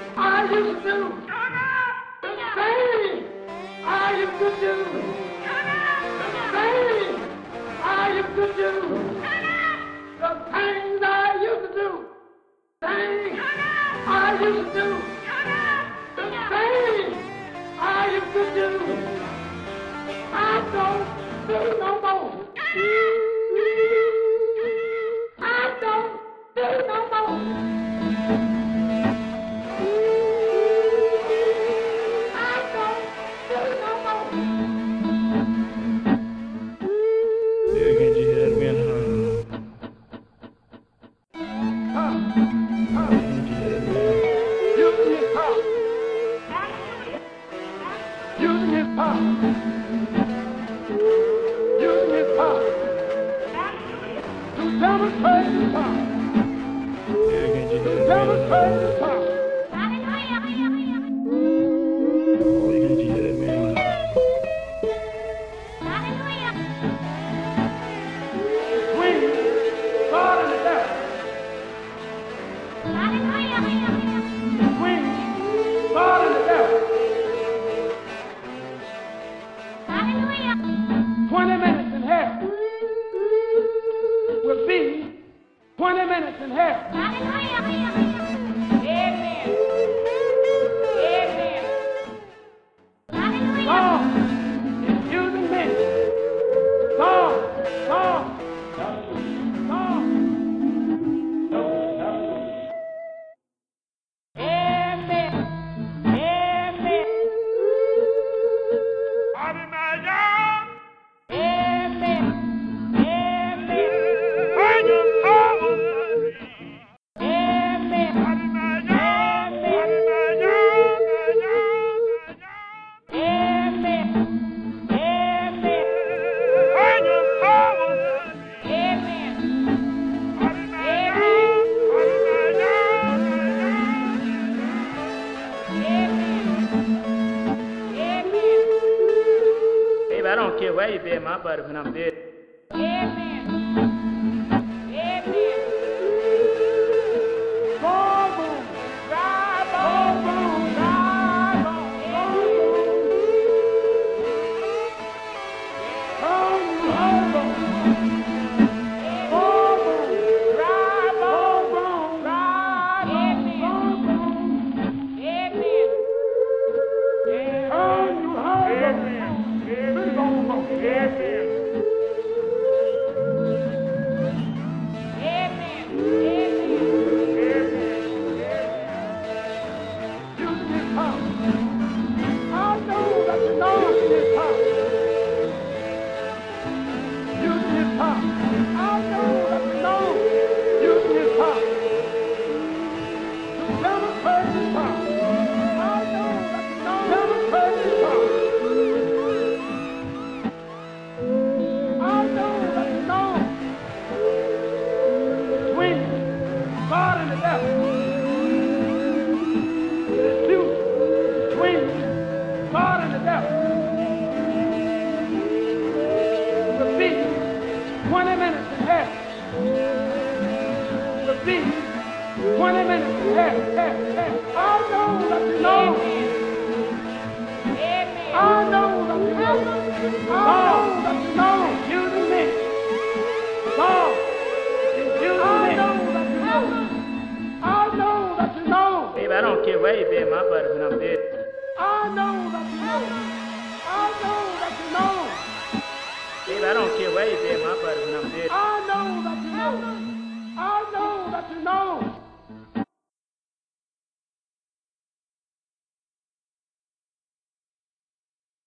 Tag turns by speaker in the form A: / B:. A: you do? Say, are you to do? Say, are you to do? The things I used to do. Things I used to do. The things I used to do. I don't do no more. I don't do no more.
B: Yeah, can't you hear that wind? Huh? Can't you hear that wind? Yeah, can't you hear that wind? Oh, yeah, can't you hear that wind?
A: will be 20 minutes in hell. God is using men. God, God, God.
C: Baby, I don't care where you be at my buddy when I'm dead. Baby, I don't care where you be at my buddy when I'm dead. Baby, I don't care where you be at my buddy when I'm dead.
A: I know that you know.